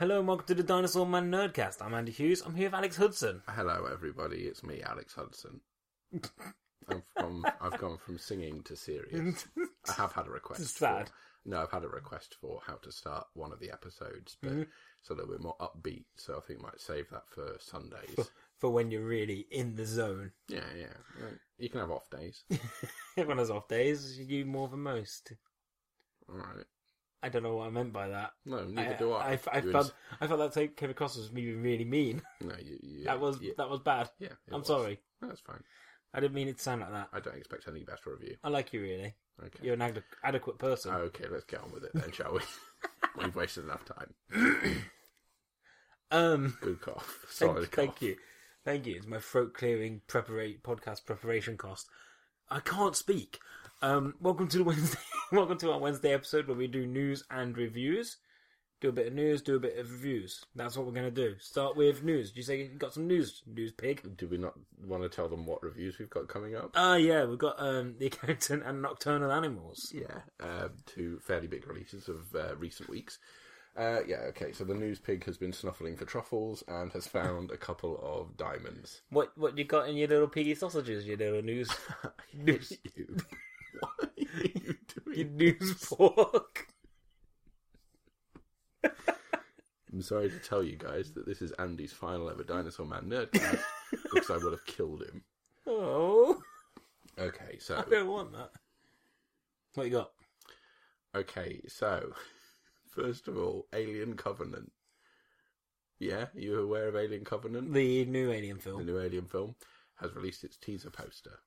welcome to the Dinosaur Man Nerdcast. I'm Andy Hughes. I'm here with Alex Hudson. Hello, everybody. It's me, Alex Hudson. I'm from, I've gone from singing to serious. I have had a request. It's sad. For, no, I've had a request for how to start one of the episodes, but Mm-hmm. it's a little bit more upbeat. So I think I might save that for Sundays. For when you're really in the zone. yeah, yeah. Right. You can have off days. Everyone has off days, you more than most. All right. I don't know what I meant by that. No, neither do I. I, I You felt, I felt that tape came across as me being really mean. ins- no, you, you, that was yeah, that was bad. yeah, it I'm was. sorry. No, that's fine. I didn't mean it to sound like that. I don't expect any better of you. I like you really. Okay. You're an ad- adequate person. Okay, let's get on with it then, shall we? We've wasted enough time. Um. Good cough. Thank, Solid cough. thank you. Thank you. It's my throat clearing preparate podcast preparation cost. I can't speak. Um, welcome to the Wednesday. welcome to our Wednesday episode where we do news and reviews. Do a bit of news, do a bit of reviews. That's what we're going to do. Start with news. Do you say you got some news, news pig? Do we not want to tell them what reviews we've got coming up? Ah, yeah, we've got um, The Accountant and Nocturnal Animals. Yeah, um, two fairly big releases of uh, recent weeks. Uh, yeah, okay. So the news pig has been snuffling for truffles and has found a couple of diamonds. What what you got in your little piggy sausages, your little news, news, You- Why are you your doing? news pork? I'm sorry to tell you guys that this is Andy's final ever Dinosaur Man nerdcast because I would have killed him. Oh, Okay, I so don't want that. What you got? Okay, so first of all, Alien Covenant. Yeah, you aware of Alien Covenant? The new alien The film. new Alien film has released its teaser poster.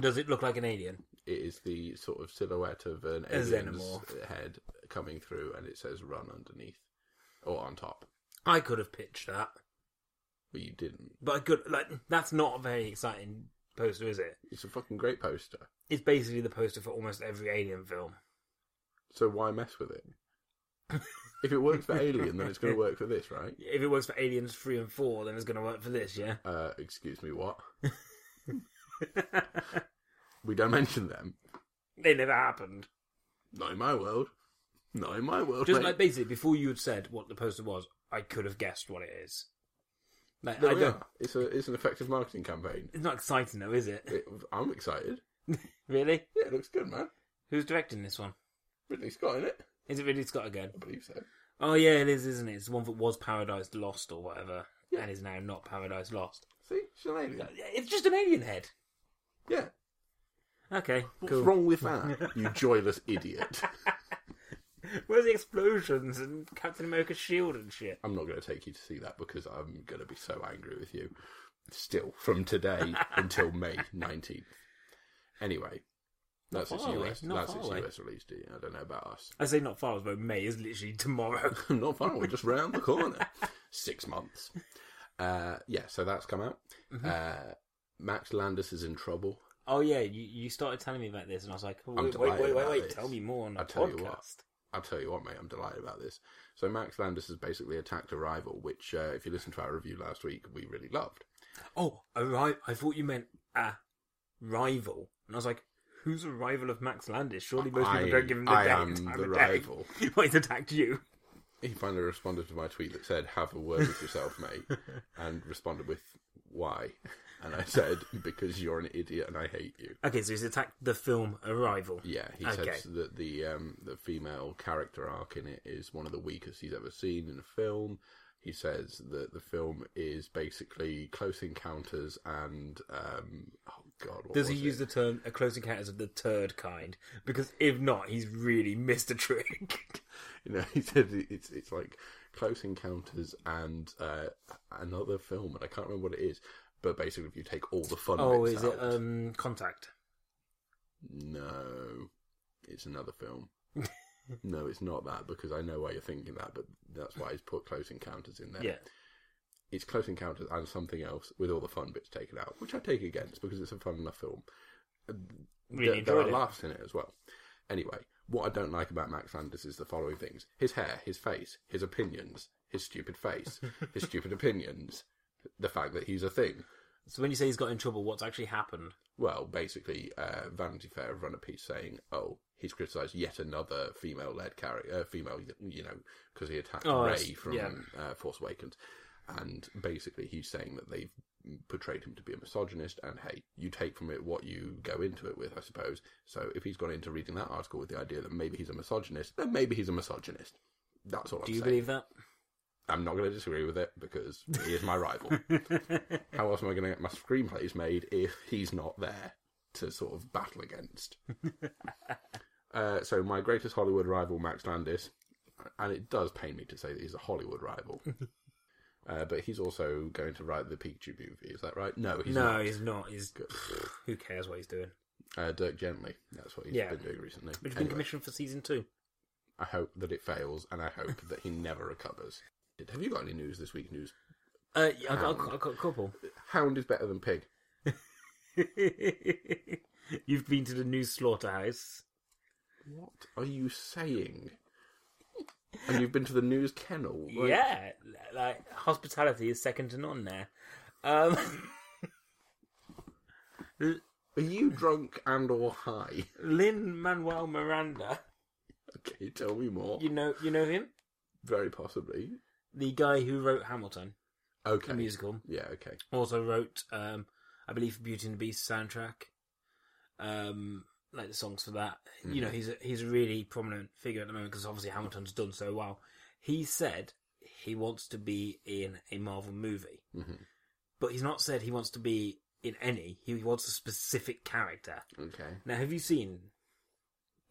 Does it look like an alien? It is the sort of silhouette of an A alien's xenomorph. head coming through, and it says "run" underneath or on top. I could have pitched that, But you didn't. but I could like that's not a very exciting poster, is it? It's a fucking great poster. It's basically the poster for almost every alien film. So why mess with it? if it works for Alien, then it's going to work for this, right? If it works for Aliens three and four, then it's going to work for this, yeah. Uh, excuse me, what? We don't mention them. they never happened. Not in my world. Not in my world. Just mate. like basically before you had said what the poster was, I could have guessed what it is. Like I There we don't. are. It's a it's an effective marketing campaign. It's not exciting though, is it? It, I'm excited. Really? Yeah, it looks good, man. Who's directing this one? Ridley Scott in it. Is it Ridley Scott again? I believe so. Oh yeah, it is, isn't it? It's the one that was Paradise Lost or whatever, Yeah. and is now not Paradise Lost. See, she's an alien. It's just an alien head. Yeah. Okay, What's cool. wrong with that? you joyless idiot. Where's the explosions and Captain America's shield and shit? I'm not going to take you to see that because I'm going to be so angry with you. Still, from today until May 19th. Anyway, that's its far away, US. not That's far its away. US release date. I don't know about us. I say not far, but May is literally tomorrow. not far away, just round the corner. Six months. Uh, yeah, so that's come out. Mm-hmm. Uh, Max Landis is in trouble. oh yeah, you, you started telling me about this, and I was like, oh, wait, I'm wait, delighted wait, wait, about wait, this. tell me more on the I'll tell you podcast. what. I'll tell you what, mate, I'm delighted about this. So Max Landis has basically attacked a rival, which, uh, if you listen to our review last week, we really loved. Oh, a ri- I thought you meant a rival, and I was like, who's a rival of Max Landis? Surely most people don't give him the I day am and time the of rival. Day. Well, he's attacked you. He finally responded to my tweet that said, "Have a word with yourself, mate," and responded with, "Why?" And I said, "Because you're an idiot and I hate you." Okay, so he's attacked the film Arrival. Yeah, he Okay. says that the um, the female character arc in it is one of the weakest he's ever seen in a film. He says that the film is basically Close Encounters and um, oh god, what Does he was use it? the term a close encounters of the turd kind? Because if not, he's really missed a trick. You know, he said it- it's it's like Close Encounters and uh, another film, and I can't remember what it is. But basically, if you take all the fun, oh, bits is out, it um contact? No, it's another film. no, it's not that because I know why you're thinking that, but that's why he's put Close Encounters in there. Yeah. It's Close Encounters and something else with all the fun bits taken out, which I take against because it's a fun enough film. Really enjoyed there, there are it. laughs in it as well. Anyway, what I don't like about Max Landis is the following things: his hair, his face, his opinions, his stupid face, his stupid opinions, the fact that he's a thing, So when you say he's got in trouble, what's actually happened? Well, basically, uh, Vanity Fair have run a piece saying, "Oh, he's criticised yet another female-led character, uh, female, you know, because he attacked Oh, that's- Ray from yeah. uh, Force Awakens." And basically, he's saying that they've portrayed him to be a misogynist. And hey, you take from it what you go into it with, I suppose. So if he's gone into reading that article with the idea that maybe he's a misogynist, then maybe he's a misogynist. That's all I'm Do you saying. believe that? I'm not going to disagree with it because he is my rival. How else am I going to get my screenplays made if he's not there to sort of battle against? uh, so, my greatest Hollywood rival, Max Landis, and it does pain me to say that he's a Hollywood rival, uh, but he's also going to write the Pikachu movie. Is that right? No, he's no, not. he's not. He's Good. who cares what he's doing? Uh, Dirk Gently. That's what he's Yeah. been doing recently. Which has been Anyway, commissioned for season two. I hope that it fails, and I hope that he never recovers. Have you got any news this week? News. Uh, yeah, I got, I got a couple. Hound is better than pig. You've been to the new slaughterhouse. What are you saying? And you've been to the news kennel. like- Yeah, like hospitality is second to none there. Um, Are you drunk and or high? Lin Manuel Miranda, Okay, tell me more. you know, you know him, Very possibly. the guy who wrote Hamilton, Okay. the musical, Yeah, okay. also wrote, um, I believe, Beauty and the Beast soundtrack, um, like the songs for that. You know, Mm-hmm. he's a, he's a really prominent figure at the moment because obviously Hamilton's done so well. He said he wants to be in a Marvel movie, hmm but he's not said he wants to be in any. He wants a specific character. Okay. Now, have you seen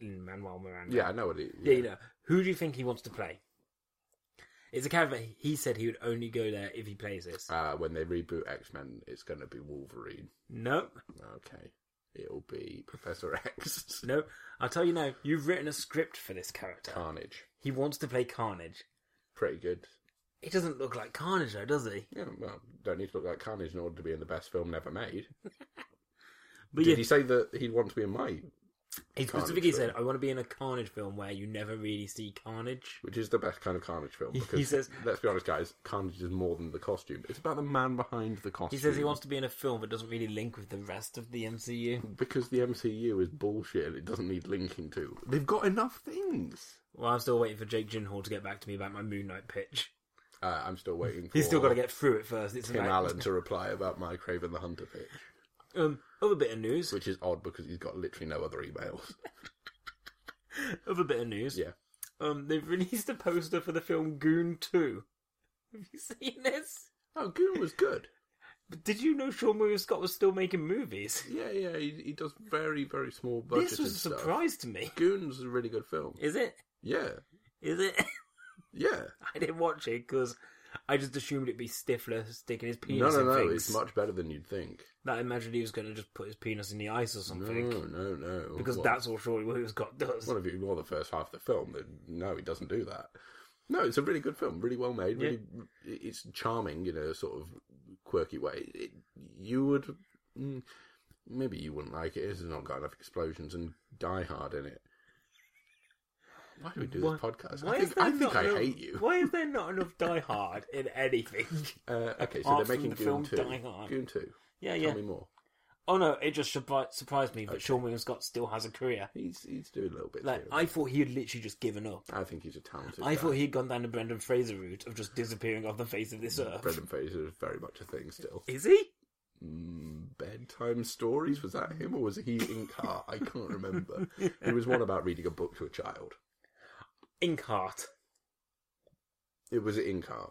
Manuel Miranda? Yeah, I know what it Yeah, you know, who do you think he wants to play? It's a character he said he would only go there if he plays this. Uh, when they reboot X Men, it's going to be Wolverine. no, Okay. It'll be Professor X. no. I'll tell you now, you've written a script for this character. Carnage. He wants to play Carnage. Pretty good. He doesn't look like Carnage, though, does he? Yeah, well, don't need to look like Carnage in order to be in the best film never made. But Did yeah, he he, say that he'd want to be in my, specifically Carnage said, I want to be in a Carnage film where you never really see Carnage. which is the best kind of Carnage film? He Because says- let's be honest, guys, Carnage is more than the costume. It's about the man behind the costume. He says he wants to be in a film that doesn't really link with the rest of the MCU. because the MCU is bullshit and it doesn't need linking to. They've got enough things. Well, I'm still waiting for Jake Gyllenhaal to get back to me about my Moon Knight pitch. Uh, I'm still waiting. For He's still got to get through it first. It's Tim like- Allen to reply about my Craven the Hunter pitch, Um, other bit of news. which is odd because he's got literally no other emails. Other bit of news. Yeah. Um, they've released a poster for the film Goon Two. Have you seen this? Oh, Goon was good. But did you know Sean William Scott was still making movies? Yeah, yeah. He, he does very, very small budget. This was a and stuff. surprise to me. Goon's a really good film. Is it? Yeah, Is it? yeah. I didn't watch it because I just assumed it'd be Stifler sticking his No, penis no, in no. things. It's much better than you'd think. That I imagined he was going to just put his penis in the ice or No, something. no, no. Because Well, that's all Sean William Scott does. Well, if you ignore the first half of the film, then no, he doesn't do that. No, it's a really good film, really well made. Really, it's charming in a sort of quirky way. It, you would, mm, maybe you wouldn't like it. It's not got enough explosions and Die Hard in it. Why do we do Why- this podcast? Why I is think there I, think not I enough- hate you. Why is there not enough Die Hard in anything? Uh, okay, so Apart from they're making the Goon film two. Die Hard. Goon two. yeah, Tell yeah. me more. Oh no, it just surpri- surprised me that Sean William Scott still has a career. He's he's doing a little bit. Like here. I thought he had literally just given up. I think he's a talented. I guy. thought he'd gone down the Brendan Fraser route of just disappearing off the face of this earth. Brendan Fraser is very much a thing still. Is he? Mm, bedtime stories was that him or was he in car i can't remember it was one about reading a book to a child Inkheart. it was in car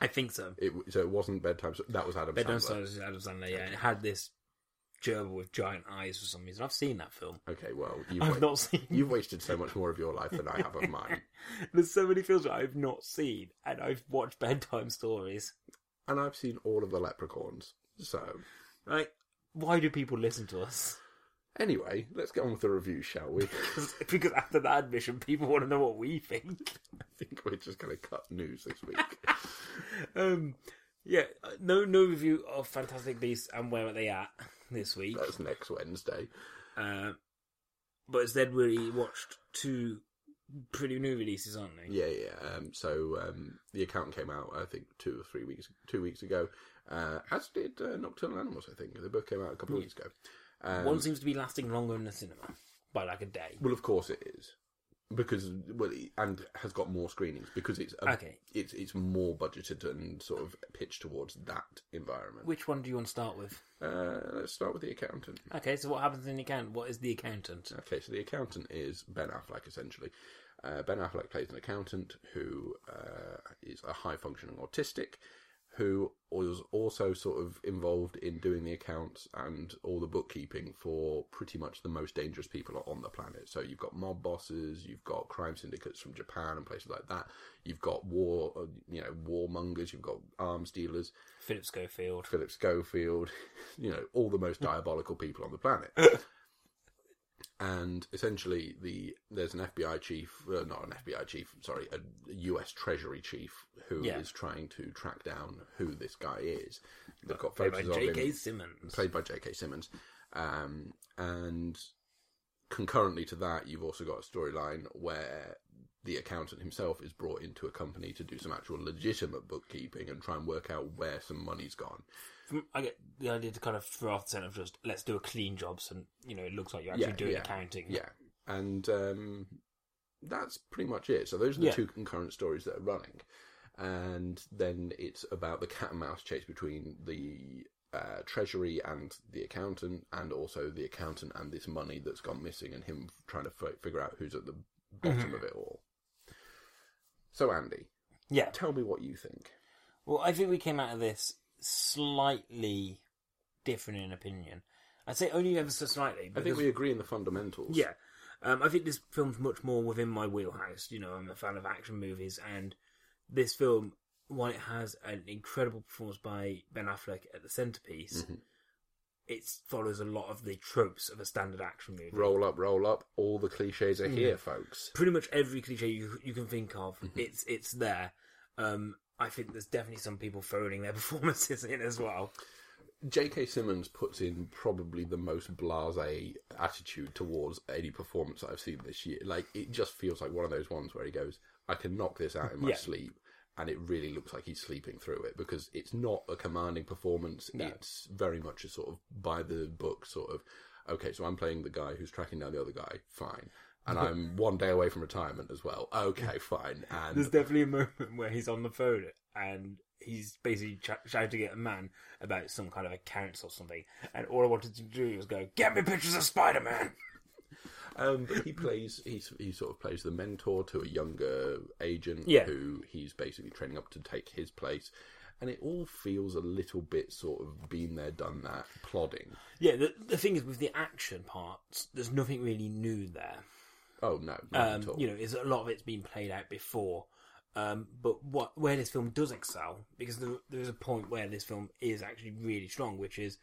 I think so. it w- so it wasn't bedtime so that was adam But don't Sandler. start as Adam Sandler, yeah. It had this gerbil with giant eyes for some reason. I've seen that film. okay well you've, I've wa- not seen you've wasted so much more of your life than i have of mine There's so many films that I've not seen and I've watched bedtime stories. and i've seen all of the leprechauns so Like why do people listen to us? anyway let's get on with the review shall we i Because after that admission, people want to know what we think. think we're just going to cut news this week Um, yeah, uh, no, no review of Fantastic Beasts and where are they at this week. that's next wednesday Uh, but instead, we watched two pretty new releases, aren't they? Yeah, yeah. Um, so um, the account came out, I think, two or three weeks two weeks ago, uh, as did uh, Nocturnal Animals. I think the book came out a couple of weeks ago. Um, One seems to be lasting longer in the cinema by like a day. Well, of course it is because well, it- and has got more screenings because it's a, Okay. It's it's more budgeted and sort of pitched towards that environment. Which one do you want to start with? Uh, let's start with the accountant. Okay, so what happens in the account? What is the accountant? Okay, so the accountant is Ben Affleck essentially. Uh, ben Affleck plays an accountant who uh, is a high functioning autistic who was also sort of involved in doing the accounts and all the bookkeeping for pretty much the most dangerous people on the planet. So you've got mob bosses, you've got crime syndicates from Japan and places like that. You've got war, uh, you know, warmongers, you've got arms dealers. Philip Schofield. Philip Schofield, you know, all the most diabolical people on the planet. and essentially, the there's an FBI chief, uh, not an FBI chief, sorry, a U.S. Treasury chief who is Yeah. trying to track down who this guy is. They've got Played by photos of him J.K. Simmons. played by J.K. Simmons. Um, and concurrently to that, you've also got a storyline where the accountant himself is brought into a company to do some actual legitimate bookkeeping and try and work out where some money's gone. From- I get the idea to kind of throw off the scent of just let's do a clean job, so you know it looks like you're actually Yeah, doing yeah, accounting. Yeah, and um, that's pretty much it. So those are the Yeah. two concurrent stories that are running, and then it's about the cat and mouse chase between the uh, treasury and the accountant, and also the accountant and this money that's gone missing, and him trying to f- figure out who's at the bottom of it all. So Andy, yeah. tell me what you think. Well, I think we came out of this slightly different in opinion. I'd say only ever so slightly. I Because, think we agree in the fundamentals. yeah, um, I think this film's much more within my wheelhouse. You know, I'm a fan of action movies, and this film, while it has an incredible performance by Ben Affleck at the centerpiece, it follows a lot of the tropes of a standard action movie. Roll up, roll up. All the cliches are here, folks. pretty much every cliche you you can think of. It's it's there. Um, I think there's definitely some people phoning their performances in as well. J.K. Simmons puts in probably the most blasé attitude towards any performance I've seen this year. Like it just feels like one of those ones where he goes, "I can knock this out in my Yeah. sleep," and it really looks like he's sleeping through it because it's not a commanding performance. It's very much a sort of by the book sort of. Okay, so I'm playing the guy who's tracking down the other guy. Fine. And I'm one day away from retirement as well. Okay, fine. And There's definitely a moment where he's on the phone and he's basically ch- shouting at a man about some kind of accounts or something, and all I wanted to do was go, "Get me pictures of Spider Man." Um, but he plays he he sort of plays the mentor to a younger agent Yeah. who he's basically training up to take his place, and it all feels a little bit sort of been there, done that, plodding. Yeah, the, the thing is with the action parts, there's nothing really new there. Oh no, not at um, all. you know, is a lot of it's been played out before. Um, but what where this film does excel, because there, there's a point where this film is actually really strong, which is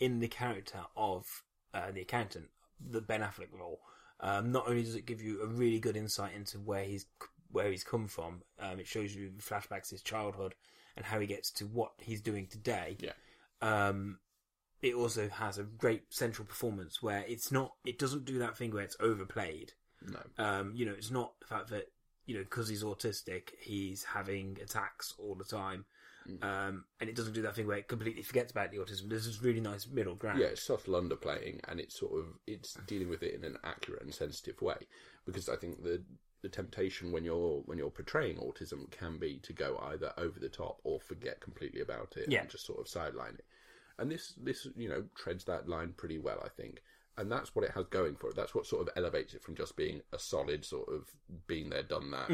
in the character of uh, the accountant, the Ben Affleck role. Um, not only does it give you a really good insight into where he's where he's come from, um, it shows you flashbacks to his childhood and how he gets to what he's doing today yeah, um, it also has a great central performance where it's not, it doesn't do that thing where it's overplayed. no, Um, you know, it's not the fact that, you know, because he's autistic, he's having attacks all the time. Mm. Um, and it doesn't do that thing where it completely forgets about the autism. There's this really nice middle ground. yeah, it's subtle underplaying, and it's sort of it's dealing with it in an accurate and sensitive way because I think the the temptation when you're when you're portraying autism can be to go either over the top or forget completely about it Yeah. and just sort of sideline it. And this this you know treads that line pretty well, I think. And that's what it has going for it. That's what sort of elevates it from just being a solid sort of been there, done that,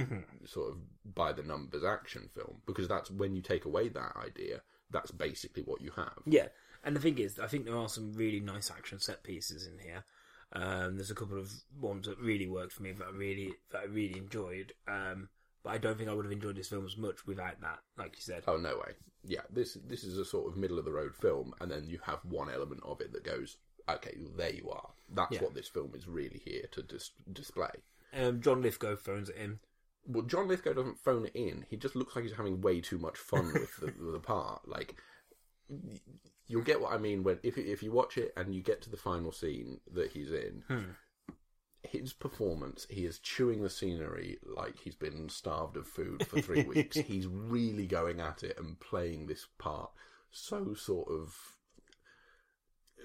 sort of by the numbers action film. Because that's when you take away that idea, that's basically what you have. Yeah, and the thing is, I think there are some really nice action set pieces in here. Um, there's a couple of ones that really worked for me that I really that I really enjoyed. Um, but I don't think I would have enjoyed this film as much without that. Like you said, Oh no way! Yeah, this this is a sort of middle of the road film, and then you have one element of it that goes, okay, there you are. That's Yeah. what this film is really here to dis- display. um, John Lithgow phones at him. Well, John Lithgow doesn't phone it in. He just looks like he's having way too much fun with the, with the part. Like, y- you'll get what I mean when if if you watch it and you get to the final scene that he's in. His performance, he is chewing the scenery like he's been starved of food for three weeks. He's really going at it and playing this part so sort of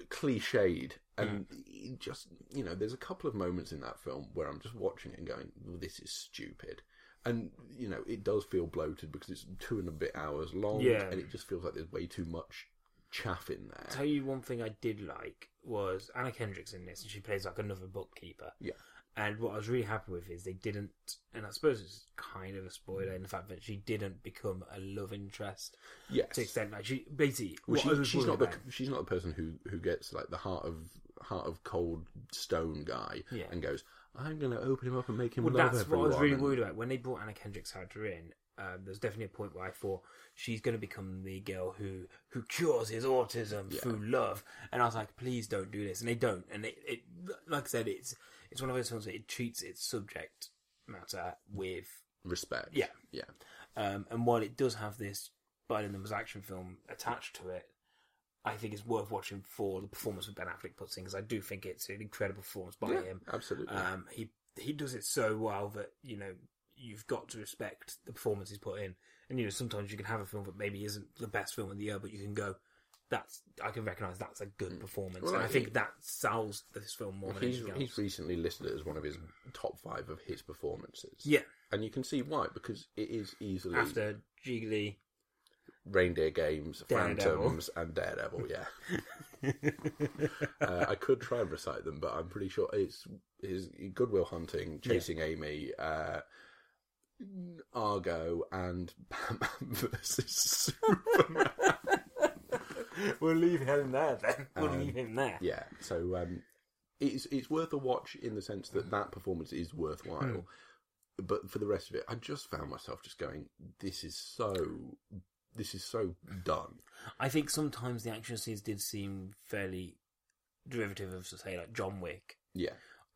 cliched and it just you know there's a couple of moments in that film where i'm just watching it and going "Well, this is stupid and you know it does feel bloated because it's two and a bit hours long Yeah. and it just feels like there's way too much chaff in there Tell you one thing I did like was Anna Kendrick's in this, and she plays like another bookkeeper. yeah And what I was really happy with is they didn't, and I suppose it's kind of a spoiler in the fact that she didn't become a love interest yes to the extent like she basically. Well, what I she, was she's worried not the about- she's not the person who, who gets like the heart of heart of cold stone guy Yeah. and goes, I'm going to open him up and make him Well, love that's what everyone. I was really and- worried about when they brought Anna Kendrick's character in. Um, there was definitely a point where I thought she's going to become the girl who who cures his autism through love, and I was like, please don't do this, and they don't. And it, it like I said, it's it's one of those films that it treats its subject matter with, respect. Yeah. yeah. um, and while it does have this by the numbers action film attached to it. I think it's worth watching for the performance that Ben Affleck puts in because I do think it's an incredible performance by Yeah, him. absolutely. Um, he he does it so well that you know you've got to respect the performance he's put in. And you know sometimes you can have a film that maybe isn't the best film of the year, but you can go, that's I can recognise that's a good performance, Well, and I he- think that sells this film more than he's anything else. he's recently listed it as one of his top five of his performances. yeah, and you can see why because it is easily after Jiggly, Reindeer Games, Daredevil. Phantoms, and Daredevil. Yeah, uh, I could try and recite them, but I'm pretty sure it's his Goodwill Hunting, Chasing Amy, uh, Argo, and Batman versus Superman. we'll leave him there then. We'll leave him there. yeah, so um, it's it's worth a watch in the sense that that performance is worthwhile. But for the rest of it, I just found myself just going, "This is so, this is so done." I think sometimes the action scenes did seem fairly derivative of say like John Wick. Yeah,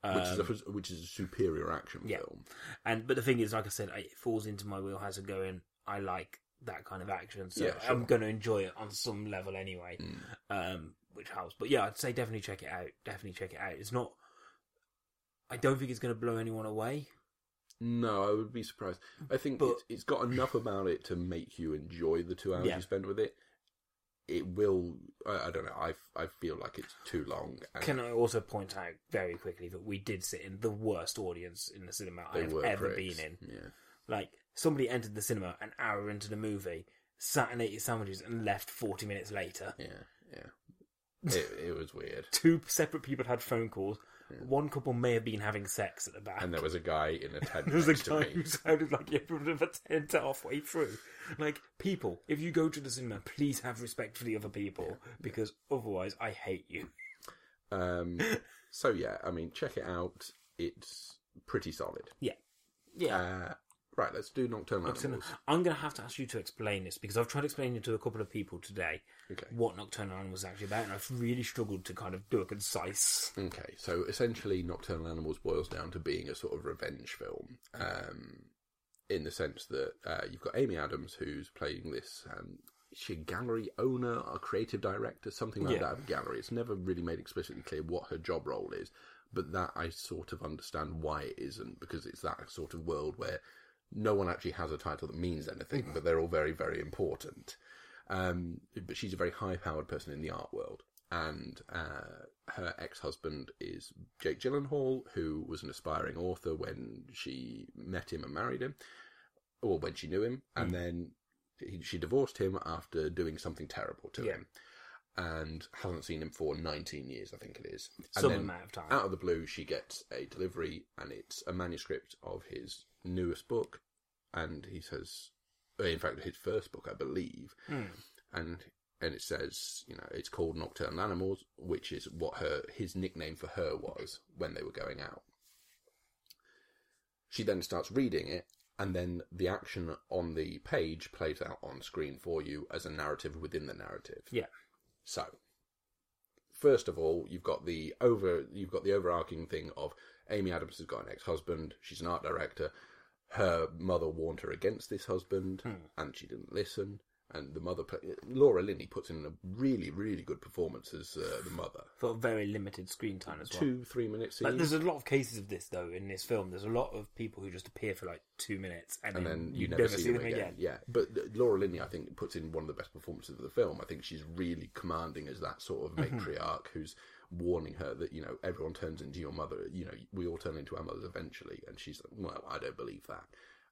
which is a, which is a superior action Um, yeah. film. And but the thing is, like I said, it falls into my wheelhouse of going. I like that kind of action, so Yeah, I'm sure. Mm. going to enjoy it on some level anyway, um, which helps. But yeah, I'd say definitely check it out. Definitely check it out. It's not. I don't think it's going to blow anyone away. No, I would be surprised. I think But- it's, it's got enough about it to make you enjoy the two hours Yeah. you spend with it. It will. I, I don't know. I, f- I feel like it's too long. And Can I also point out very quickly that we did sit in the worst audience in the cinema I they have were ever pricks. been in. Yeah. Like somebody entered the cinema an hour into the movie, sat and ate his sandwiches, and left forty minutes later. Yeah. Yeah. It, it was weird. Two separate people had phone calls. One couple may have been having sex at the back. And there was a guy in a tent There was a next to guy me. who sounded like he would have a tent halfway through. Like, people, if you go to the cinema, please have respect for the other people because otherwise I hate you. Um, so yeah, I mean, check it out. It's pretty solid. Yeah. Yeah. Uh, right, let's do Nocturnal Animals. I'm going to have to ask you to explain this because I've tried explaining it to a couple of people today Okay. what Nocturnal Animal was actually about, and I've really struggled to kind of do a concise. Okay, so essentially, Nocturnal Animals boils down to being a sort of revenge film, um, in the sense that uh, you've got Amy Adams who's playing this. Um, is she a gallery owner, a creative director, something like Yeah. that of a gallery. It's never really made explicitly clear what her job role is, but that I sort of understand why it isn't because it's that sort of world where no one actually has a title that means anything, but they're all very, very important. Um, but she's a very high powered person in the art world. And uh, her ex husband is Jake Gyllenhaal, who was an aspiring author when she met him and married him, or when she knew him. And then he, she divorced him after doing something terrible to Yeah. him. And hasn't seen him for 19 years, I think it is. And Some then amount of time. Out of the blue, she gets a delivery, and it's a manuscript of his newest book. And he says, eh, in fact, his first book, I believe Hmm. and and it says you know it's called nocturnal animals which is what her his nickname for her was when they were going out she then starts reading it and then the action on the page plays out on screen for you as a narrative within the narrative Yeah. so first of all you've got the over you've got the overarching thing of amy adams has got an ex-husband she's Hmm. an art director her mother warned her against this husband and she didn't listen and the mother play, Laura Linney puts in a really really good performance as uh, the mother. for very limited screen time as well. Two three minute scenes, Like, there's a lot of cases of this though in this film. There's a lot of people who just appear for like two minutes and, and then you never, see, them again. Yeah, but uh, Laura Linney, I think, puts in one of the best performances of the film. I think she's really commanding as that sort of Mm-hmm. matriarch who's warning her that you know everyone turns into your mother. You know, we all turn into our mothers eventually, and she's like, "Well, I don't believe that."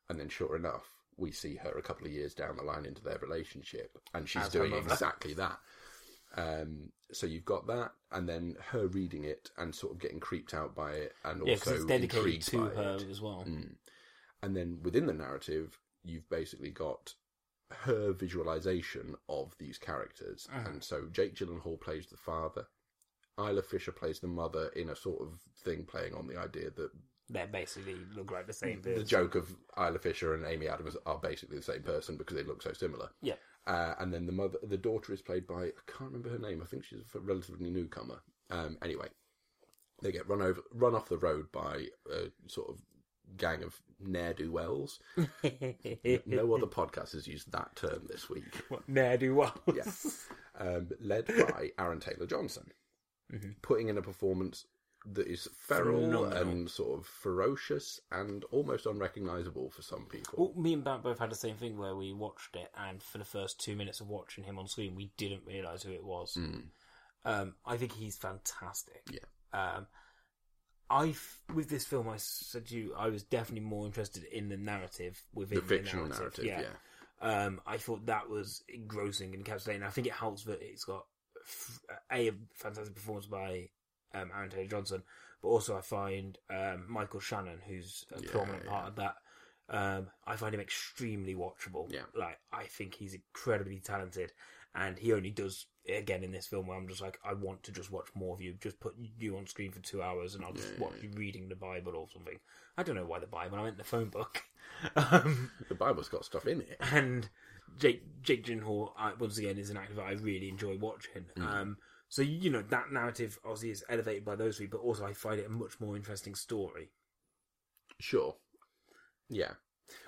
And then, sure enough, we see her a couple of years down the line into their relationship, and she's As her doing mother. exactly that. Um, so you've got that, and then her reading it and sort of getting creeped out by it, and Yeah, because also it's dedicated intrigued to by her it. Mm. as well. And then within the narrative, you've basically got her visualization of these characters. And so Jake Gyllenhaal plays the father. Isla Fisher plays the mother in a sort of thing playing on the idea that They basically look like the same the person. joke of Isla Fisher and Amy Adams are basically the same person because they look so similar. Yeah. Uh, and then the mother, the daughter is played by I can't remember her name. I think she's a relatively newcomer. Um, anyway, they get run over, run off the road by a sort of gang of ne'er do wells. no other podcast has used that term this week. What ne'er do well. Yeah. Um, led by Aaron Taylor Johnson, putting in a performance that is feral Phenomenal. and sort of ferocious and almost unrecognizable for some people. Well, me and Bat both had the same thing where we watched it, and for the first two minutes of watching him on screen, we didn't realise who it was. Um, I think he's fantastic. Mm. Yeah. Um, I f- with this film, I said to you, I was definitely more interested in the narrative within the fictional narrative, yeah. Um, I thought that was engrossing and captivating. I think it helps that it's got f- a a fantastic performance by um, Aaron Taylor Johnson, but also I find um, Michael Shannon, who's a Yeah, prominent yeah. part of that. Um, I find him extremely watchable. Yeah. like I think he's incredibly talented, and he only does it again in this film where I'm just like, I want to just watch more of you. Just put you on screen for two hours, and I'll just Yeah, watch you reading the Bible or something. I don't know why the Bible. I meant the phone book. um, The Bible's got stuff in it. and Jake Jake Gyllenhaal I, once again is an actor that I really enjoy watching. Um, so you know that narrative obviously is elevated by those three, but also I find it a much more interesting story. Sure. Yeah.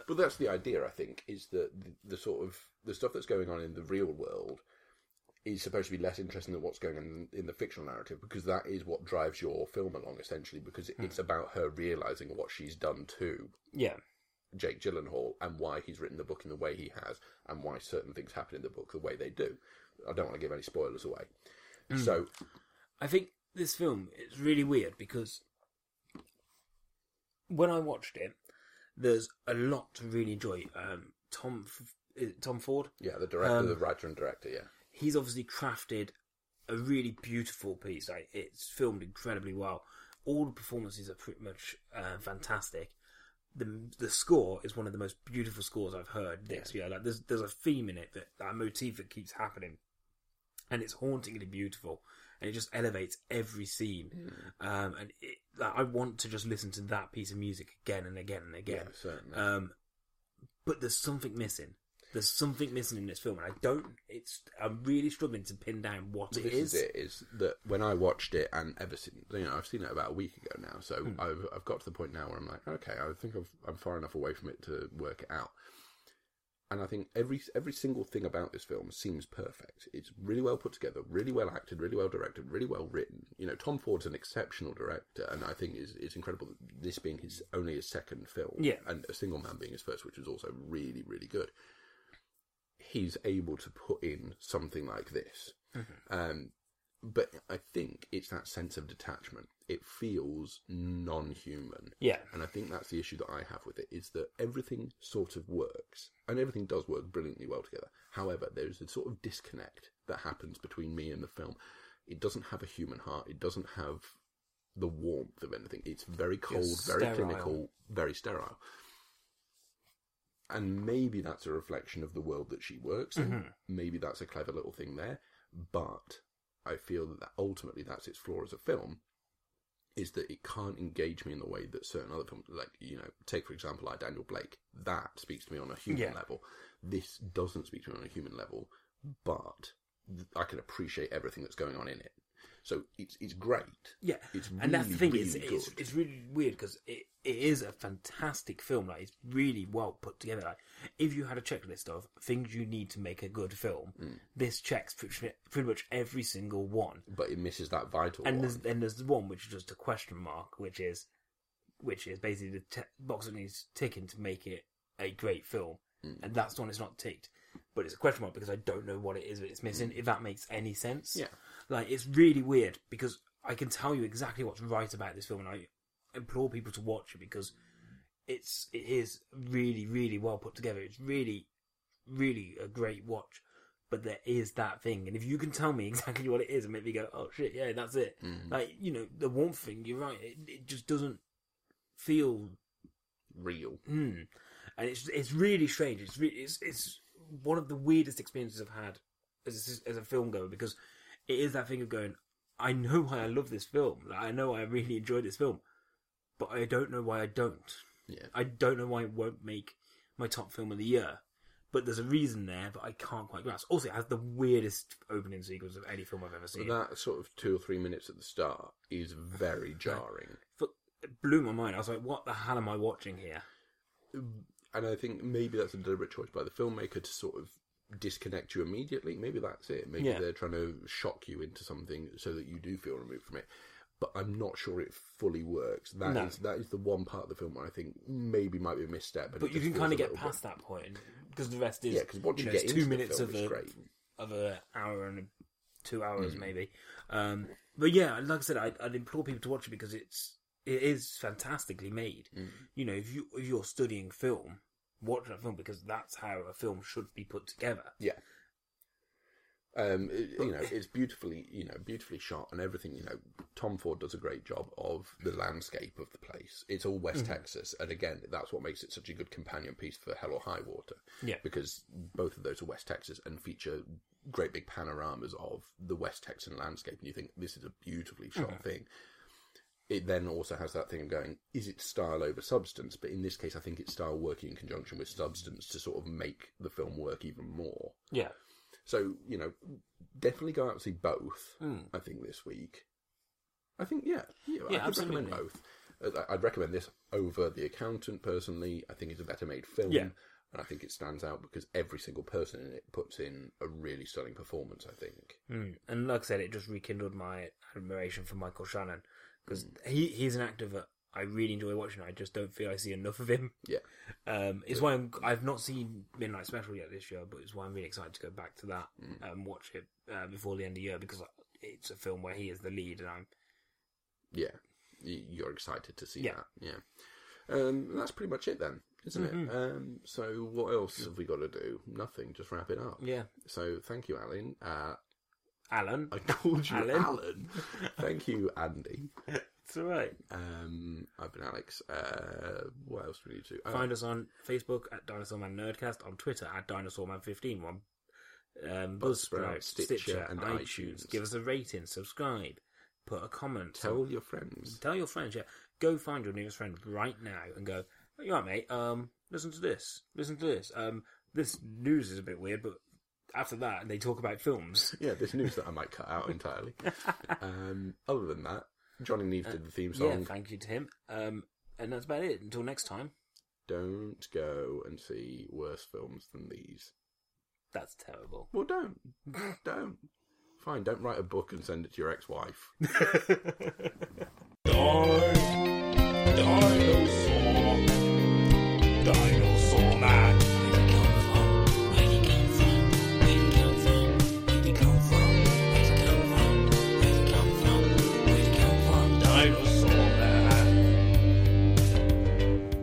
But that's the idea, I think, is that the, the sort of the stuff that's going on in the real world is supposed to be less interesting than what's going on in the fictional narrative because that is what drives your film along essentially because it's about her realizing what she's done to Yeah, Jake Gyllenhaal and why he's written the book in the way he has and why certain things happen in the book the way they do. I don't want to give any spoilers away. So I think this film is really weird because when I watched it, there's a lot to really enjoy. Um, Tom F- is it Tom Ford, yeah, the director, Um, the writer and director, yeah. he's obviously crafted a really beautiful piece. Like it's filmed incredibly well. All the performances are pretty much uh, fantastic. The the score is one of the most beautiful scores I've heard this year. Like there's there's a theme in it that that motif that keeps happening, and it's hauntingly beautiful, and it just elevates every scene. Mm. Um, and it, like, I want to just listen to that piece of music again and again and Yeah, again. certainly. Um, but there's something missing. There's something missing in this film, and I don't. It's I'm really struggling to pin down what it this is. is it is that when I watched it and ever since you know I've seen it about a week ago now, so Hmm. I've I've got to the point now where I'm like, okay, I think I've, I'm far enough away from it to work it out. And I think every every single thing about this film seems perfect. It's really well put together, really well acted, really well directed, really well written. You know, Tom Ford's an exceptional director, and I think it's, it's incredible that this being his only his second film, Yeah. and a single man being his first, which was also really really good. He's able to put in something like this, um, but I think it's that sense of detachment. It feels non-human. Yeah, And I think that's the issue that I have with it is that everything sort of works and everything does work brilliantly well together. However, there's a sort of disconnect that happens between me and the film. It doesn't have a human heart. It doesn't have the warmth of anything. It's very cold, very sterile. clinical, very sterile. And maybe that's a reflection of the world that she works in. Mm-hmm. Maybe that's a clever little thing there. But I feel that ultimately that's its flaw as a film is that it can't engage me in the way that certain other films, like you know, take for example, like Daniel Blake, that speaks to me on a human Yeah. level. This doesn't speak to me on a human level, but th- I can appreciate everything that's going on in it. So it's it's great. Yeah, It's and that's the really, thing. it's, really it's good. it's really weird because it, it is a fantastic film. Like it's really well put together. Like if you had a checklist of things you need to make a good film, Mm. this checks pretty, pretty much every single one. But it misses that vital And one. there's and there's one which is just a question mark, which is which is basically the te- box that needs ticking to make it a great film, and that's the one that's not ticked. But it's a question mark because I don't know what it is that it's missing. If that makes any sense, Yeah. Like it's really weird because I can tell you exactly what's right about this film, and I implore people to watch it because it's it is really really well put together. It's really really a great watch. But there is that thing, and if you can tell me exactly what it is and make me go, "Oh shit, yeah, that's it," like you know, the warmth thing. You're right; it, it just doesn't feel Real. Hmm. And it's it's really strange. It's re- it's it's one of the weirdest experiences I've had as a, as a film goer because it is that thing of going, I know why I love this film. Like, I know I really enjoy this film, but I don't know why I don't. Yeah. I don't know why it won't make my top film of the year. But there's a reason there that I can't quite grasp. Also, it has the weirdest opening sequence of any film I've ever So seen. that sort of two or three minutes at the start is very jarring. F- it blew my mind. I was like, what the hell am I watching here? And I think maybe that's a deliberate choice by the filmmaker to sort of disconnect you immediately. Maybe that's it. Maybe Yeah. they're trying to shock you into something so that you do feel removed from it. But I'm not sure it fully works. That is No. that is the one part of the film where I think maybe might be a misstep. and But it you can just feels kind a of get little bit- past that point because the rest is Yeah, because once you, know, get it's into two minutes the film, of it's a great. Hmm. of a hour and a, two hours maybe. Um, but yeah, like I said, I'd, I'd implore people to watch it because it's it is fantastically made. Hmm. You know, if you if you're studying film, watch that film because that's how a film should be put together. Yeah. Um, it- you know, it's beautifully, you know, beautifully shot and everything. You know, Tom Ford does a great job of the landscape of the place. It's all West Texas, and again, that's what makes it such a good companion piece for Hell or High Water. Yeah. because both of those are West Texas and feature great big panoramas of the West Texan landscape, and you think this is a beautifully shot thing. It then also has that thing of going, is it style over substance? But in this case, I think it's style working in conjunction with substance to sort of make the film work even more. Yeah, So, you know, definitely go out and see both, Hmm. I think, this week. I think, yeah. Yeah, I Yeah, could absolutely. recommend both. Uh, I- I'd recommend this over The Accountant, personally. I think it's a better made film. Yeah. And I think it stands out because every single person in it puts in a really stunning performance, I think. Mm. and like I said, it just rekindled my admiration for Michael Shannon because Hmm. he he's an actor that I really enjoy watching. I just don't feel I see enough of him. Yeah. Um, it's why I'm, I've not seen Midnight Special yet this year, but it's why I'm really excited to go back to that and watch it uh, before the end of the year because it's a film where he is the lead, and I'm Yeah. Y- You're excited to see Yeah. that. Yeah. Um, that's pretty much it then, isn't it? Mm-hmm. Um, so, what else have we got to do? Nothing. Just wrap it up. yeah, So, thank you, Alan. Uh, Alan. I called you Alan. Alan. Thank you, Andy. It's all right. Um, I've been Alex. Uh, what else do we need to? do? Oh, Find us on Facebook at Dinosaur Man Nerdcast, on Twitter at Dinosaur Man 15 one um, Buzzsprout, Buzzsprout, Stitcher, Stitcher, and and iTunes. iTunes. Give us a rating, subscribe, put a comment, tell your friends. Tell your friends, yeah. Go find your nearest friend right now and go, oh, you're right, mate. Um, listen to this. Listen to this. Um, this news is a bit weird, but after that, they talk about films. Yeah, this news that I might cut out entirely. um, other than that, Johnny Neves did the theme Uh, Yeah, song. thank you to him. Um, and that's about it. Until next time, Don't go and see worse films than these. that's terrible. Well, don't, don't. Fine, don't write a book and send it to your ex-wife.